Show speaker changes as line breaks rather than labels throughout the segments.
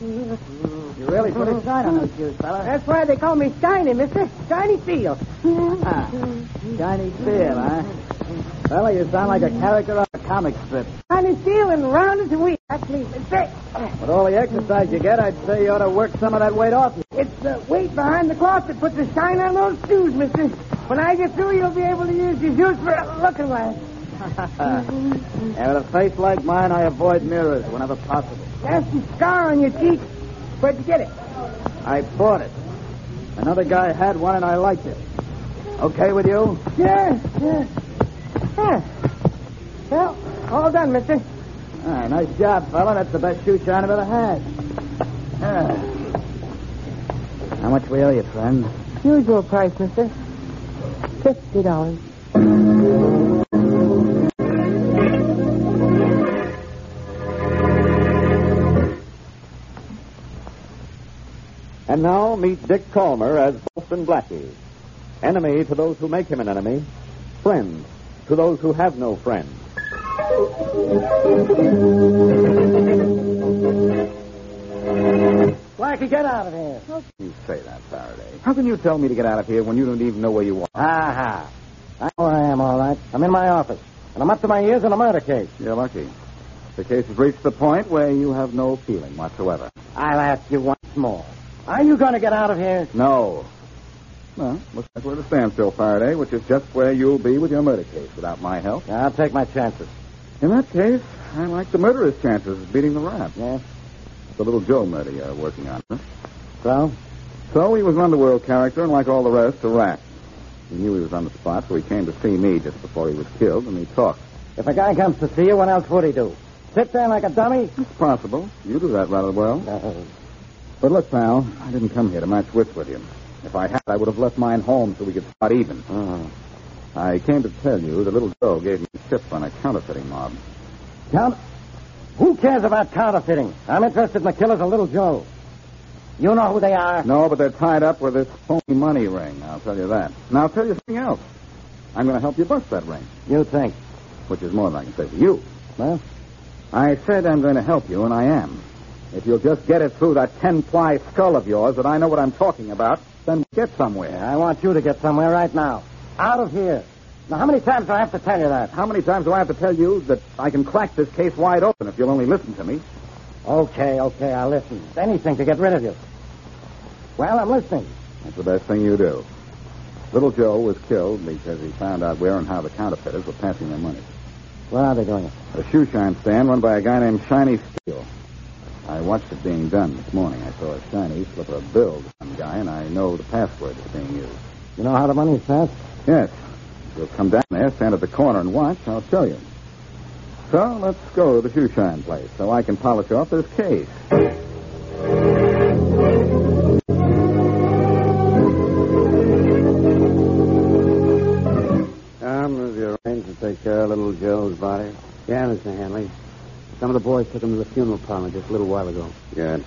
You really put a shine on those shoes,
Uh,
fella. That's why they call me Shiny, mister. Shiny Field. Ah, shiny Field, huh? Fella, you sound like a character on a comic strip.
Shiny Field and round as a wheat. That's me, mister.
With all the exercise you get, I'd say you ought to work some of that weight off you.
It's the weight behind the cloth that puts the shine on those shoes, mister. When I get through, you'll be able to use your shoes for a looking glass.
and with a face like mine, I avoid mirrors whenever possible.
That's the scar on your cheek. Where'd you get it?
I bought it. Another guy had one, and I liked it. Okay with you?
Yeah, yeah. Yeah. Well, all done, mister.
Ah, nice job, fella. That's the best shoe shine I've ever had. Ah. How much we owe you, friend?
Usual price, mister. Fifty dollars.
And now meet Dick Calmer as Boston Blackie. Enemy to those who make him an enemy, friend to those who have no friend.
Blackie, get out of here. How can you say that, Faraday? How can you tell me to get out of here when you don't even know where you are? Aha. I know where I am, all right. I'm in my office, and I'm up to my ears in a murder case. You're lucky. The case has reached the point where you have no feeling whatsoever. I'll ask you once more. Are you going to get out of here? No. Well, looks like we're at a standstill, Faraday, which is just where you'll be with your murder case without my help. I'll take my chances. In that case, I like the murderer's chances of beating the rap. Yeah? The little Joe murder you're working on, huh? So? So he was an underworld character, and like all the rest, a rat. He knew he was on the spot, so he came to see me just before he was killed, and he talked. If a guy comes to see you, what else would he do? Sit there like a dummy? It's possible. You do that rather well. But look, pal, I didn't come here to match wits with you. If I had, I would have left mine home so we could start even. I came to tell you the little Joe gave me a tip on a counterfeiting mob. Count? Who cares about counterfeiting? I'm interested in the killers of Little Joe. You know who they are. No, but they're tied up with this phony money ring. I'll tell you that. Now, I'll tell you something else. I'm going to help you bust that ring. You think? Which is more than I can say to you. Well? I said I'm going to help you, and I am. If you'll just get it through that ten ply skull of yours that I know what I'm talking about, then get somewhere. I want you to get somewhere right now. Out of here. Now, how many times do I have to tell you that? How many times do I have to tell you that I can crack this case wide open if you'll only listen to me? Okay, okay, I'll listen. Anything to get rid of you. Well, I'm listening. That's the best thing you do. Little Joe was killed because he found out where and how the counterfeiters were passing their money. Where are they going? A shoe shine stand run by a guy named Shiny Steel. I watched it being done this morning. I saw a shiny slip of bill to some guy, and I know the password is being used. You know how the money's passed? Yes. You'll come down there, stand at the corner and watch. I'll show you. So let's go to the shoe shine place so I can polish off this case.
Um, have you arranged to take care of little Joe's body?
Yeah, Mr. Hanley. Some of the boys took him to the funeral parlor just a little while ago.
Good.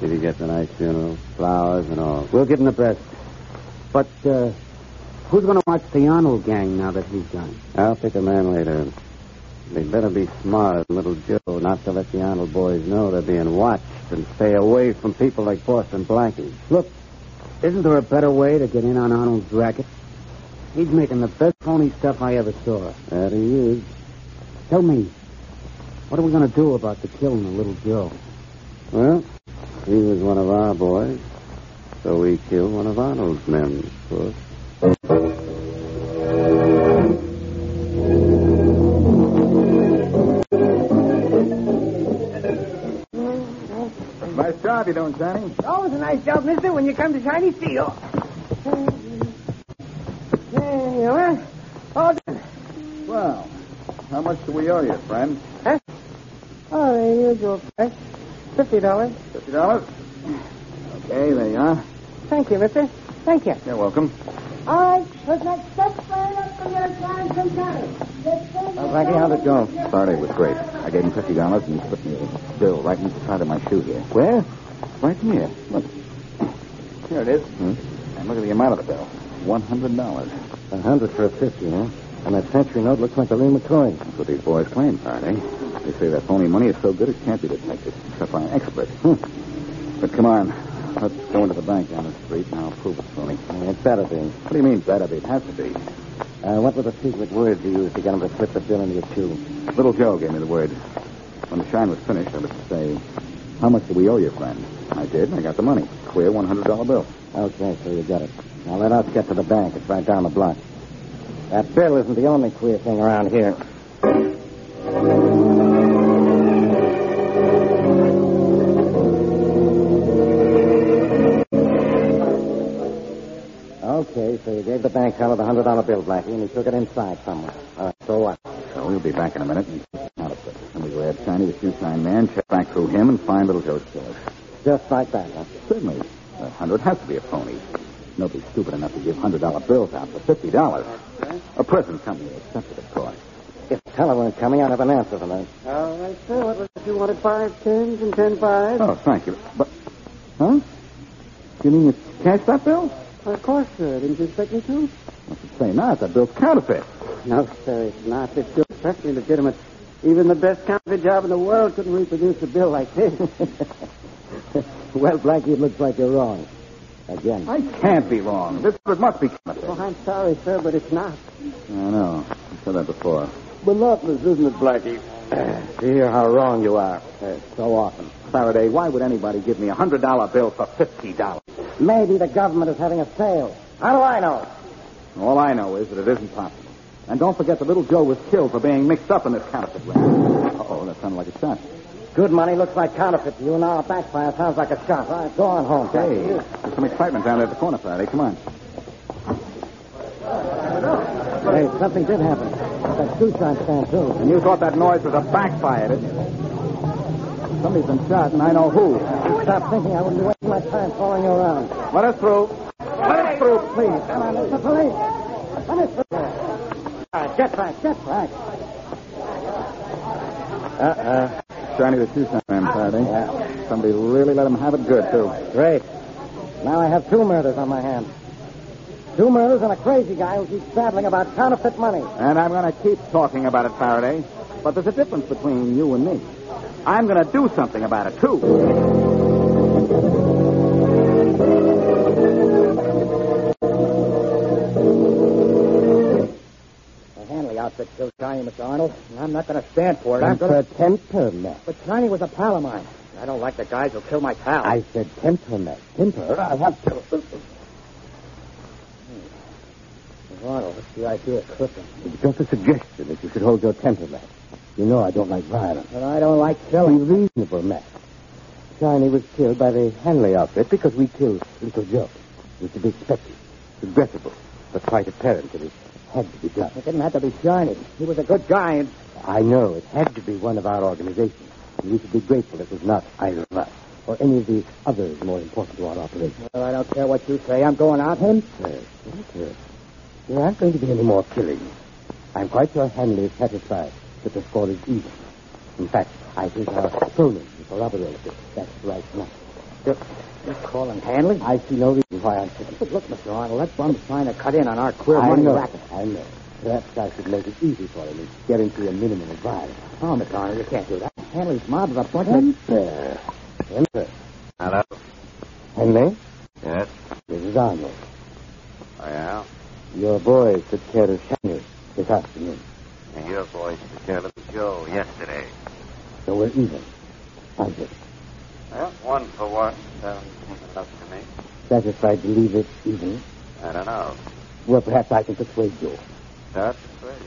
Did he get the nice funeral? Flowers and all.
We'll give him the best. But uh, who's going to watch the Arnold gang now that he's gone?
I'll pick a man later. They'd better be smart, little Joe, not to let the Arnold boys know they're being watched and stay away from people like Boston Blackie.
Look, isn't there a better way to get in on Arnold's racket? He's making the best phony stuff I ever saw.
That he is.
Tell me, what are we going to do about the killing of little Joe?
Well, he was one of our boys, so we killed one of Arnold's men, of course.
Nice job you doing, Johnny.
Always a nice job, mister, when you come to Shiny Steel. There you are. All done.
Well, how much do we owe you, friend?
Huh? Oh, the usual price. Fifty dollars.
Fifty dollars. Okay, there you are.
Thank you, mister. Thank you.
You're welcome.
All right, let's not stop firing up for your time sometime. Let's go.
Well, Blackie, how'd it go? Friday was great. I gave him fifty dollars and he put me a bill right in the side of my shoe here. Where? Right here. Look. Here it is.
Hmm?
And look at the amount of the bill. One hundred dollars.
A hundred for a fifty, huh? And that century note looks like the Lee McCoy.
That's what these boys claim, Faraday. They say that phony money is so good it can't be detected, except by an expert.
Hmm.
But come on. Let's go into the bank down the street and I'll prove it phony.
It better be.
What do you mean, better be? It has to be.
Uh, what were the secret words you used to get him to slip the bill into your shoe?
Little Joe gave me the word. When the shine was finished, I was to say, How much do we owe you, friend? I did, and I got the money. Clear $100 bill.
Okay, so you got it. Now let us get to the bank. It's right down the block. That bill isn't the only queer thing around here. Okay, so you gave the bank teller the hundred dollar bill, Blackie, and he took it inside somewhere. All right, so what?
So we'll be back in a minute and out of it. And we grab Shiny, the shoe sign man, check back through him, and find little Joe's killer.
Just like that, huh?
Certainly. A hundred has to be a phony. Nobody's stupid enough to give hundred dollar bills out for fifty dollars. A present company accepted, of course.
If the teller weren't coming, I'd have an answer for that.
All right, sir. What was it? You wanted five tens and ten fives?
Oh, thank you. But huh? You mean you cashed that bill?
Of course, sir. Didn't you expect me to?
I should say not. That bill's counterfeit.
No, sir, it's not. This bill's perfectly legitimate. Even the best counterfeit job in the world couldn't reproduce a bill like this.
well, Blackie, it looks like you're wrong. Again.
I can't be wrong. This it must be counterfeit.
oh, I'm sorry, sir, but it's not.
I know. I said that before.
Monotonous, isn't it, Blackie? to hear how wrong you are uh, so often.
Faraday, why would anybody give me a hundred dollar bill for fifty dollars?
Maybe the government is having a sale. How do I know?
All I know is that it isn't possible. And don't forget that little Joe was killed for being mixed up in this counterfeit ring. Oh, that sounded like a shot.
Good money looks like counterfeit to you, now a backfire sounds like a shot. All right, go on home.
Hey, there's some excitement down there at the corner, Faraday. Come on.
Hey, something did happen. That shoe shine stand, too.
And you thought that noise was a backfire, didn't you? Somebody's been shot, and I know who.
Stop thinking I wouldn't be wasting my time following you around.
Let us through. Let us through, please.
Come on, it's the police. Come on, it's the police. All right, get back, get back. Uh-uh.
Johnny the shoe sign
Ah,
man, Faraday. Somebody really let him have it good, too.
Great. Now I have two murders on my hands. Two murders and a crazy guy who keeps babbling about counterfeit money.
And I'm going to keep talking about it, Faraday. But there's a difference between you and me. I'm going to do something about it, too.
The Hanley outfit killed Shiny, Mr. Arnold, and I'm not going to stand for it. I'm going to tempt her, But Shiny was a pal of mine. I don't like the guys who kill my pal. I said tempt her, Matt. Tempt her. I'll have to. Hmm. Arnold, what's the idea of clipping? It's just a suggestion that you should hold your temper, Matt. You know I don't like violence. But I don't like killing. Be reasonable, Matt.
Shiny was killed by the Hanley outfit because we killed Little Joe. It was to be expected, regrettable, but quite apparent that it had to be done. It didn't have to be Shiny. He was a good guy and... I know. It had to be one of our organization. And we should be grateful it was not either of us or any of the others more important to our operation. Well, I don't care what you say. I'm going out. Him? There aren't going to be any more killings. I'm quite sure Hanley is satisfied that the score is even. In fact, I think our opponent is corroborated. it. That's right now. You're, you're calling Hanley? I see no reason why I shouldn't. But look, Mr. Arnold, that bum's trying to cut in on our queer money
know.
racket. I know. Perhaps I should make it easy for him and guarantee a minimum of violence. Oh, Mr. Arnold, you can't do that. Hanley's mob's appointment. Enter. Enter.
Hello?
Henley,
Yes?
this is Arnold.
I am.
Your boys took care of Shiny this afternoon,
And your boys took care of Joe yesterday.
so we're even. How's it?
Well, one for one doesn't seem enough to me.
Satisfied to leave it even?
I don't know.
Well, perhaps I can persuade you.
That's crazy.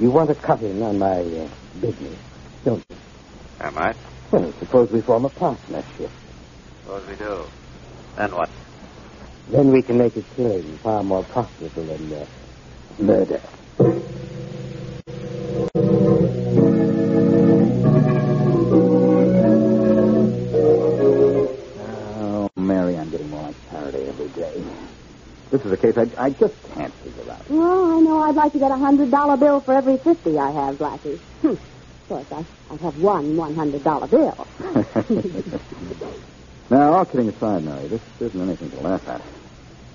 You want to cut in on my uh, business, don't you?
Am I?
Well, suppose we form a partnership.
Suppose we do. Then what?
Then we can make a killing far more profitable than uh, murder.
Oh, Mary, I'm getting more like Faraday every day. This is a case I, I just can't figure out.
Well, I know I'd like to get a hundred dollar bill for every fifty I have, Blackie. Hmm. Of course, I, I have one one hundred dollar bill.
now, all kidding aside, Mary, this isn't anything to laugh at.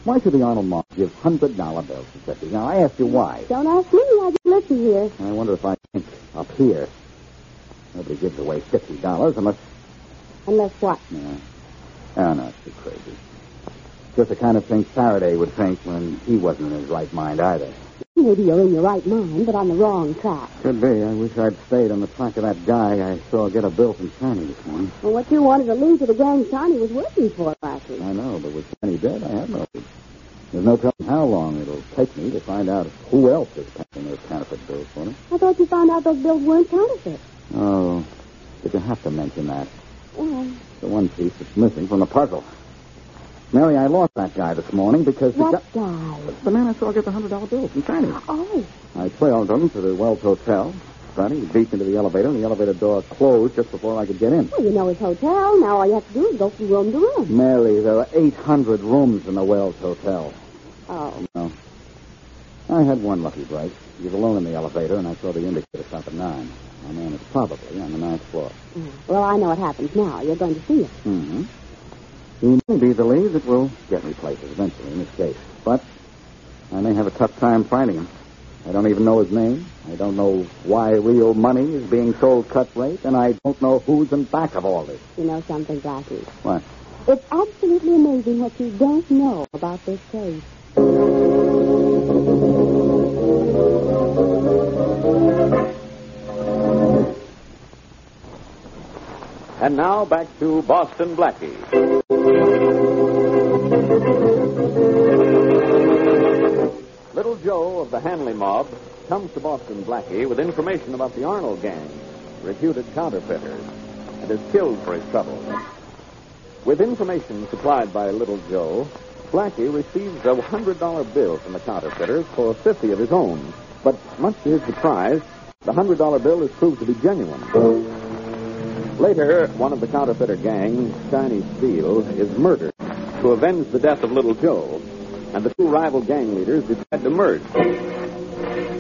Why should the Arnold mob give hundred dollar bills to Jeffy? Now, I ask you why.
Don't ask me. I just listen here.
I wonder if I think up here. Nobody gives away fifty dollars unless
Unless what?
yeah. Oh no, it's too crazy. Just the kind of thing Faraday would think when he wasn't in his right mind either.
Maybe you're in your right mind, but on the wrong track.
Could be. I wish I'd stayed on the track of that guy I saw get a bill from Shiny this morning.
Well, what you wanted to leave to the gang Johnny was working for, Blackie.
I know, but with Shiny dead, I have no lead. There's no telling how long it'll take me to find out who else is paying those counterfeit bills for me.
I thought you found out those bills weren't counterfeit.
Oh, did you have to mention that?
Well,
The one piece that's missing from the puzzle. Mary, I lost that guy this morning because the
what
guy-
guy?
the man I saw get the hundred dollar bill from Shiny.
Oh,
I trailed him to the Wells Hotel. Shiny beat me to the elevator, and the elevator door closed just before I could get in.
well, you know his hotel. Now all you have to do is go from room to room.
Mary, there are eight hundred rooms in the Wells Hotel.
Oh,
No. I had one lucky break. He was alone in the elevator, and I saw the indicator stop at nine. My man is probably on the ninth floor.
Mm. well, I know what happens now. You're going to see it.
Mm-hmm. He may be the lead that will get me places eventually in this case, but I may have a tough time finding him. I don't even know his name. I don't know why real money is being sold cut rate, and I don't know who's in back of all this.
You know something, Blackie.
What?
It's absolutely amazing what you don't know about this case.
And now back to Boston Blackie. Little Joe of the Hanley mob comes to Boston Blackie with information about the Arnold gang, reputed counterfeiters, and is killed for his trouble. With information supplied by Little Joe, Blackie receives a $100 bill from the counterfeiters for 50 of his own. But much to his surprise, the $100 bill is proved to be genuine. Later, one of the counterfeiter gang, Shiny Steele, is murdered to avenge the death of Little Joe, and the two rival gang leaders decide to merge.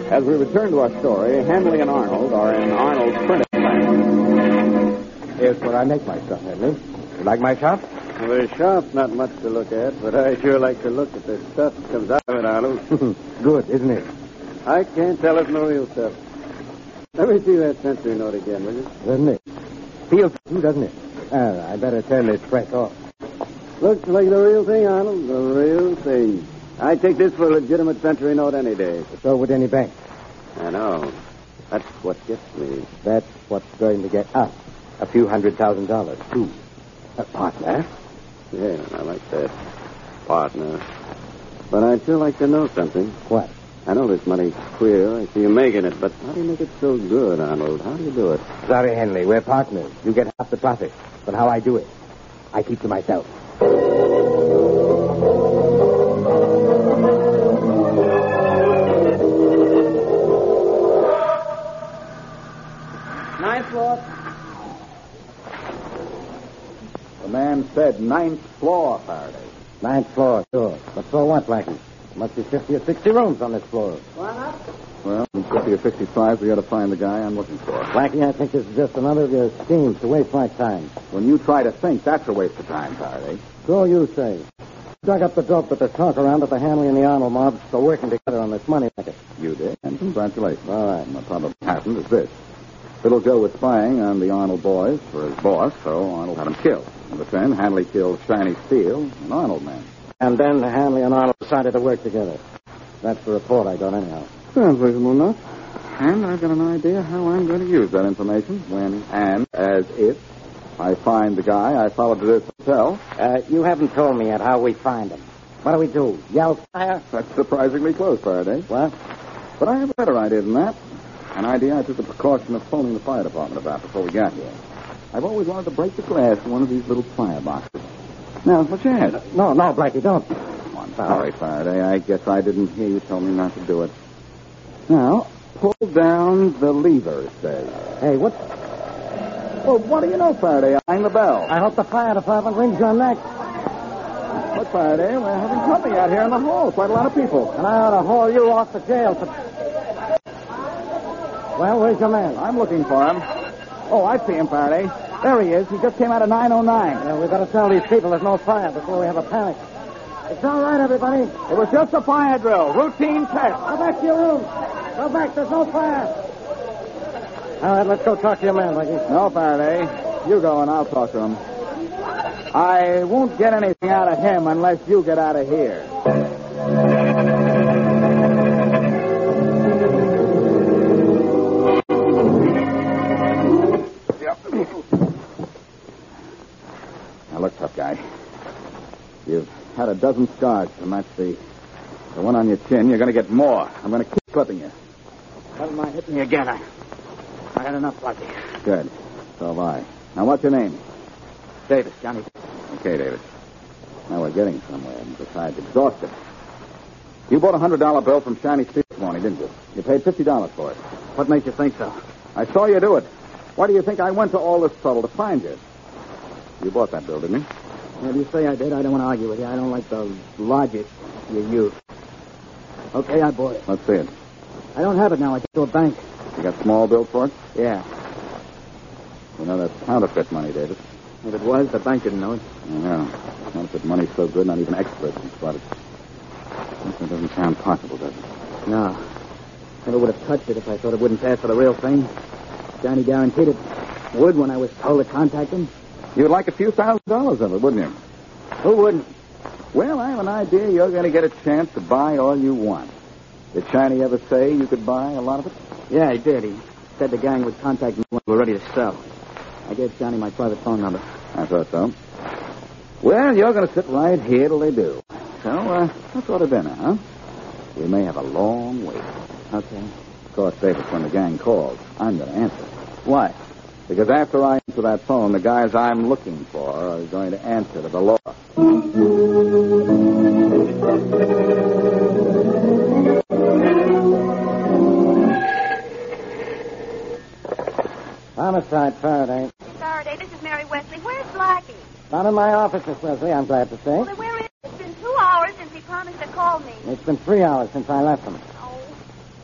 As we return to our story, Hanley and Arnold are in Arnold's printing plant.
Here's where I make myself, Henley. You like my shop?
The shop's not much to look at, but I sure like to look at the stuff that comes out of it, Arnold.
Good, isn't it?
I can't tell it's no real stuff. Let me see that century note again, will you?
Doesn't it? Feels too, doesn't it? Ah, I better turn this press off.
Looks like the real thing, Arnold. The real thing. I take this for a legitimate century note any day.
So would any bank.
I know. That's what gets me.
That's what's going to get us. A few hundred thousand dollars, too. Uh, partner?
Yeah, I like that. Partner. But I'd sure like to know something.
What?
I know this money's queer. I see you making it, but how do you make it so good, Arnold? How do you do it?
Sorry, Henley. We're partners. You get half the profit. But how I do it,
I keep to myself.
Ninth floor.
The man said ninth floor, Faraday.
Ninth floor, sure. But so what, Blackie? Must be 50 or 60 rooms on this floor.
Well, from 50 to 55, we got to find the guy I'm looking for.
Blackie, I think this is just another of your schemes to waste my time.
When you try to think, that's a waste of time, Faraday.
So you say. Dug up the dope that the talk around at the Hanley and the Arnold mobs for working together on this money racket.
You did, and congratulations.
All right.
And what probably happened is this. Little Joe was spying on the Arnold boys for his boss, so Arnold had him killed. In return, Hanley killed Shiny Steele, an Arnold man.
And then Hanley and Arnold decided to work together. That's the report I got anyhow.
Sounds reasonable enough. And I've got an idea how I'm going to use that information when and as if I find the guy I followed to this hotel.
Uh, you haven't told me yet how we find him. What do we do? Yell fire?
That's surprisingly close, Faraday.
What?
But I have a better idea than that. An idea I took the precaution of phoning the fire department about before we got here. I've always wanted to break the glass in one of these little fireboxes. Now, what's your head?
No, no, Blackie, don't.
Oh, I'm sorry, Faraday. I guess I didn't hear you tell me not to do it. Now, pull down the lever, it says.
Hey, what?
Well, what do you know, Faraday? I rang the bell.
I hope the fire department rings your neck.
But, Faraday, we're having company out here in the hall. Quite a lot of people.
And I ought to haul you off to jail for... Well, where's your man?
I'm looking for him. Oh, I see him, Faraday. There he is. He just came out of 909.
Well, we've got to tell these people there's no fire before we have a panic. It's all right, everybody.
It was just a fire drill. Routine test.
Go back to your room. Go back. There's no fire. All right, let's go talk to your man, Blackie.
No, Faraday. You go and I'll talk to him. I won't get anything out of him unless you get out of here. Now look, tough guy. You've had a dozen scars to match the the one on your chin. You're going to get more. I'm going to keep clipping you.
Never mind hitting me again. I, I had enough, Blackie.
Good. So have I. Now what's your name?
Davis, Johnny.
Okay, Davis. Now we're getting somewhere, and besides, exhausted. You bought a hundred dollar bill from Shiny Steve this morning, didn't you? You paid fifty dollars for it.
What makes you think so?
I saw you do it. Why do you think I went to all this trouble to find you? You bought that bill, didn't you?
If you say I did, I don't want to argue with you. I don't like the logic you use. Okay, I bought it.
Let's see it.
I don't have it now. I took it to a bank.
You got small bill for it?
Yeah.
You know that's counterfeit money, Davis.
If it was, the bank didn't know it.
I know. Counterfeit money's so good, not even experts can spot it. That doesn't sound possible, does it?
No. Never would have touched it if I thought it wouldn't pass for the real thing. Johnny guaranteed it would when I was told to contact him.
You'd like a few thousand dollars of it, wouldn't you?
Who wouldn't?
Well, I have an idea you're going to get a chance to buy all you want. Did Shiny ever say you could buy a lot of it?
Yeah, he did. He said the gang would contact me when we were ready to sell. I gave Johnny my private phone number.
I thought so. Well, you're going to sit right here till they do. So, uh, let's order dinner, huh? We may have a long wait.
Okay.
Of course, Davis, when the gang calls, I'm going to answer.
Why?
Because after I answer that phone, the guys I'm looking for are going to answer to the law.
Homicide, Faraday.
Faraday, this is Mary Wesley. Where's Blackie?
Not in my office, Miss Wesley, I'm glad to say.
Well, then where is he? It's been two hours since he promised to call me.
It's been three hours since I left them.
Oh,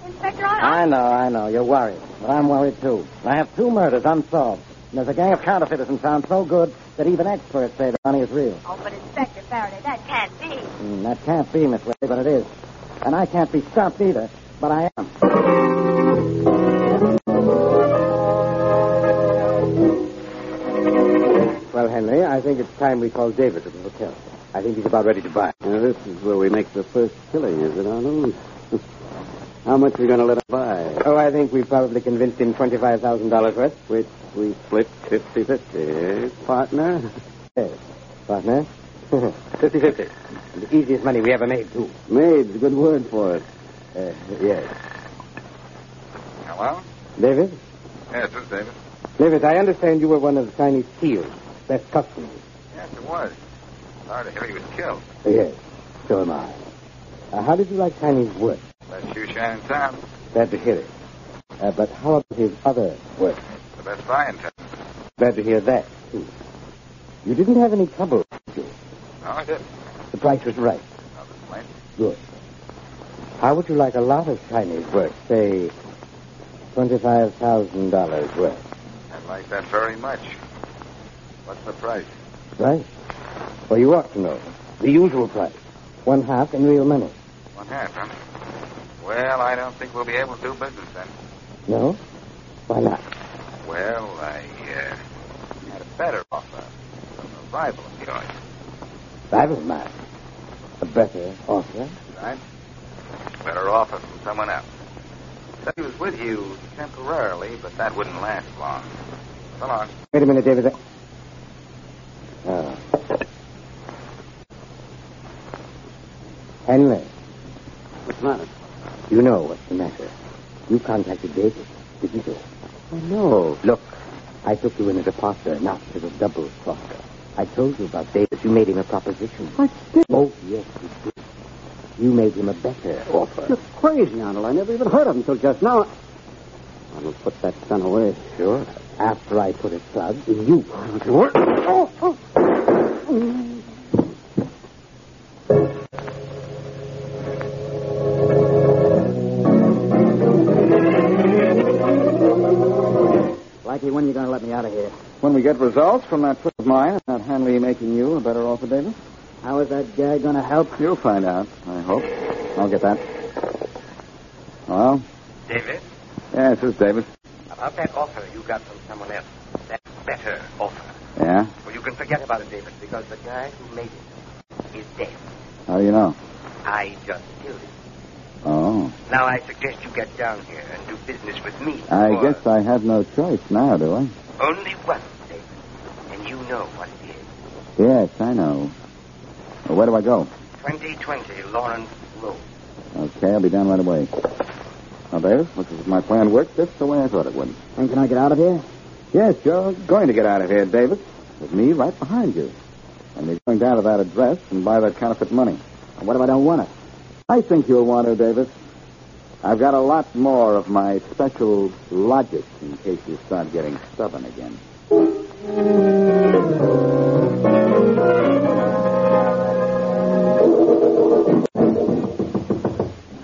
Inspector, I...
I know, I know. You're worried. But I'm worried, too. And I have two murders unsolved. And there's a gang of counterfeiters in town so good that even experts say the money is real.
Oh, but Inspector Faraday, that can't be.
Mm, that can't be, Miss Wesley, but it is. And I can't be stopped either, but I am. Well, Henry, I think it's time we called David to the hotel. I think he's about ready to buy.
Now, this is where we make the first killing, is it, Arnold? How much are you going to let him buy?
Oh, I think we probably convinced him $25,000 worth.
Which we split 50 50, eh, partner?
Yes, partner. 50-50. The easiest money we ever made, too.
Maid's a good word for it.
Uh, yes.
Hello?
David?
Yes, this is David.
David, I understand you were one of Chinese Steel's best customers.
Yes, Yes, it was. Sorry to hear he was killed.
Uh,
Yes, so am I. Uh, how did you like Chinese work?
Best shoe shine in town.
Glad to hear it. Uh, but how about his other work?
The best buy in town.
Glad to hear that, too. You didn't have any trouble, did you?
No, I didn't.
The price was right.
No complaint.
Good. How would you like a lot of Chinese work? Say, $25,000 worth.
I like that very much. What's the price?
Right? Well, you ought to know. The usual price. One half in real money.
One half, huh? Well, I don't think we'll be able to do business then.
No? Why not?
Well, I uh, had a better offer from a rival of yours,
Rival of mine. A better offer.
right? Better offer from someone else. Said he was with you temporarily, but that wouldn't last long. So long.
Wait a minute, David. I- Oh. Henry. What's the matter? You know what's the matter. You contacted David, didn't you? Oh, no. Look, I took you in as a partner, not as a double crosser. I told you about Davis. You made him a proposition. What did? Oh, yes, you did. You made him a better offer.
You're crazy, Arnold. I never even heard of him until just now. Arnold, put that gun away.
Sure. After I put a slug in you.
Oh, oh.
Blackie, when are you going to let me out of here?
When we get results from that trip of mine, not Hanley making you a better offer, Davis?
How is that guy going to help?
You'll find out, I hope. I'll get that. Hello?
David,
Yes, this is Davis.
about that offer you got from someone else, that better offer.
Yeah?
Well, you can forget about it, David, because the guy who made it is dead.
How do you know?
I just killed him.
Oh.
Now I suggest you get down here and do business with me.
I
or
guess I have no choice now, do I?
Only one, David, and you know what it is.
Yes, I know. Well, where do I go?
2020 Lawrence Road.
Okay, I'll be down right away. Now, Davis, looks as if my plan worked just the way I thought it would.
And can I get out of here?
Yes, you're going to get out of here, Davis. With me right behind you. And you're going down to that address and buy that counterfeit money. And what if I don't want it? I think you'll want to, Davis. I've got a lot more of my special logic in case you start getting stubborn again.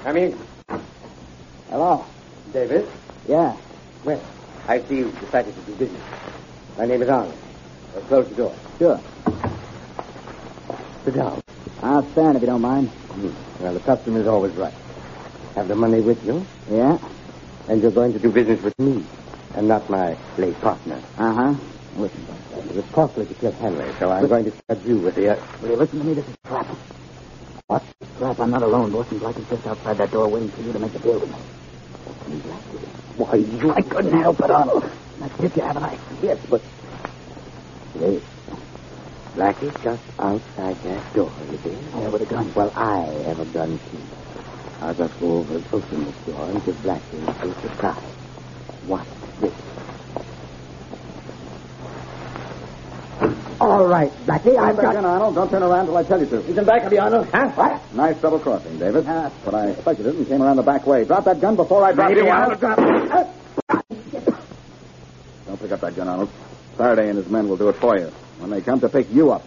Come in. Hello. Davis? Yeah. Well, I see you've decided to do business. My name is Arnold. Well, close the door. Sure. Sit down. I'll stand if you don't mind. Well, the customer's always right. Have the money with you? Yeah. And you're going to do business with me and not my late partner. Uh huh. Listen, it was costly to kill Henry, so I'm going to charge you with the. Uh...
Will you listen to me? This is crap. Watch this crap. I'm not alone. Wilson Black is just outside that door waiting for you to make a deal with me.
Why, you.
I couldn't help it, Arnold. Now, did you have an idea?
Yes, but. Wait. Blackie's just outside that door, you see.
Yeah, with a gun.
Well, I have a gun, too. I'll just go over and open this door and give Blackie a little surprise. Watch this. All right, Blackie, I've
back
got...
in, Arnold. Don't turn around till I tell you to.
He's in back of you, Arnold. Huh? What? Uh,
Nice double crossing, Davis. but I expected it and came around the back way. Drop that gun before I drop
Maybe
you,
I'll
Arnold.
drop it.
Don't pick up that gun, Arnold. Faraday and his men will do it for you when they come to pick you up.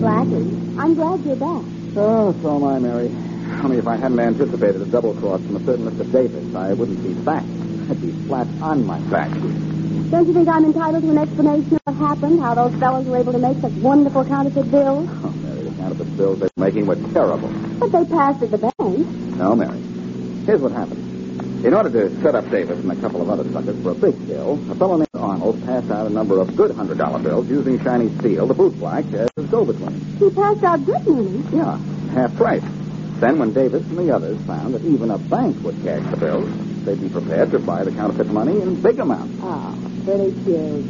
Blackie, I'm glad you're back.
Oh, so am I, Mary. Only if I hadn't anticipated a double cross from a certain Mr. Davis, I wouldn't be back. I'd be flat on my back.
Don't you think I'm entitled to an explanation of what happened, how those fellows were able to make such wonderful counterfeit bills?
Oh, Mary, the counterfeit bills they're making were terrible.
But they passed at the bank.
No, Mary. Here's what happened. In order to set up Davis and a couple of other suckers for a big bill, a fellow named Arnold passed out a number of good hundred dollar bills using shiny steel to boot black as his go-between.
He passed out good money.
Yeah, half price. Then when Davis and the others found that even a bank would cash the bills, they'd be prepared to buy the counterfeit money in big amounts.
Oh, pretty cute.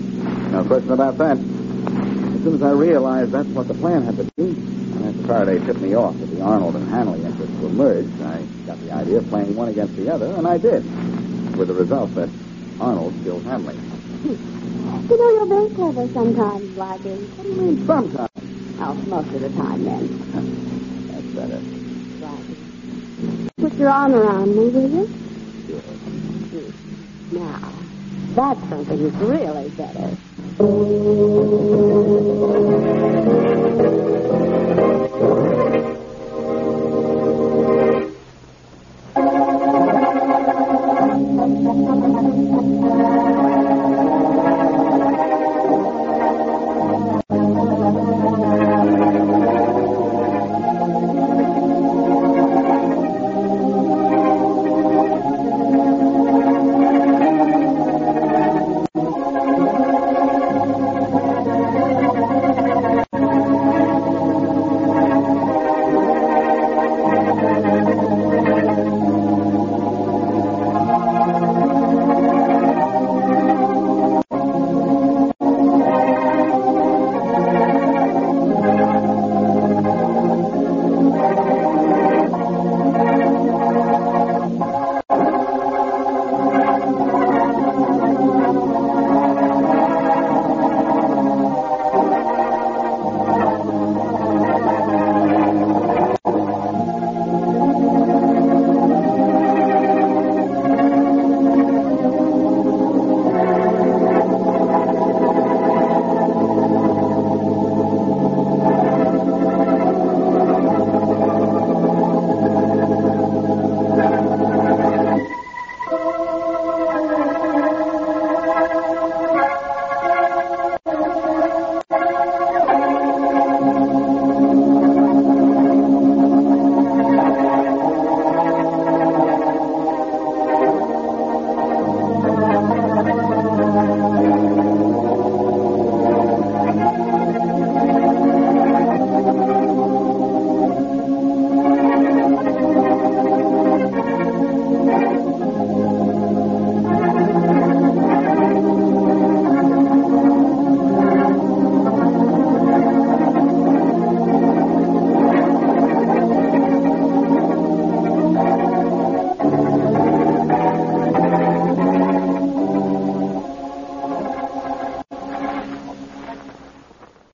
No question about that. As soon as I realized that's what the plan had to be, and after Faraday tipped me off that the Arnold and Hanley interests were merged, I got the
idea of playing one against the other, and I did. With the result that Arnold killed Hanley.
You know, you're very clever sometimes, Blackie. What do you mean,
sometimes?
Oh, most of the time, then.
That's better.
Blackie. Put your arm around me, will you?
Sure.
Now, that's something that's really better.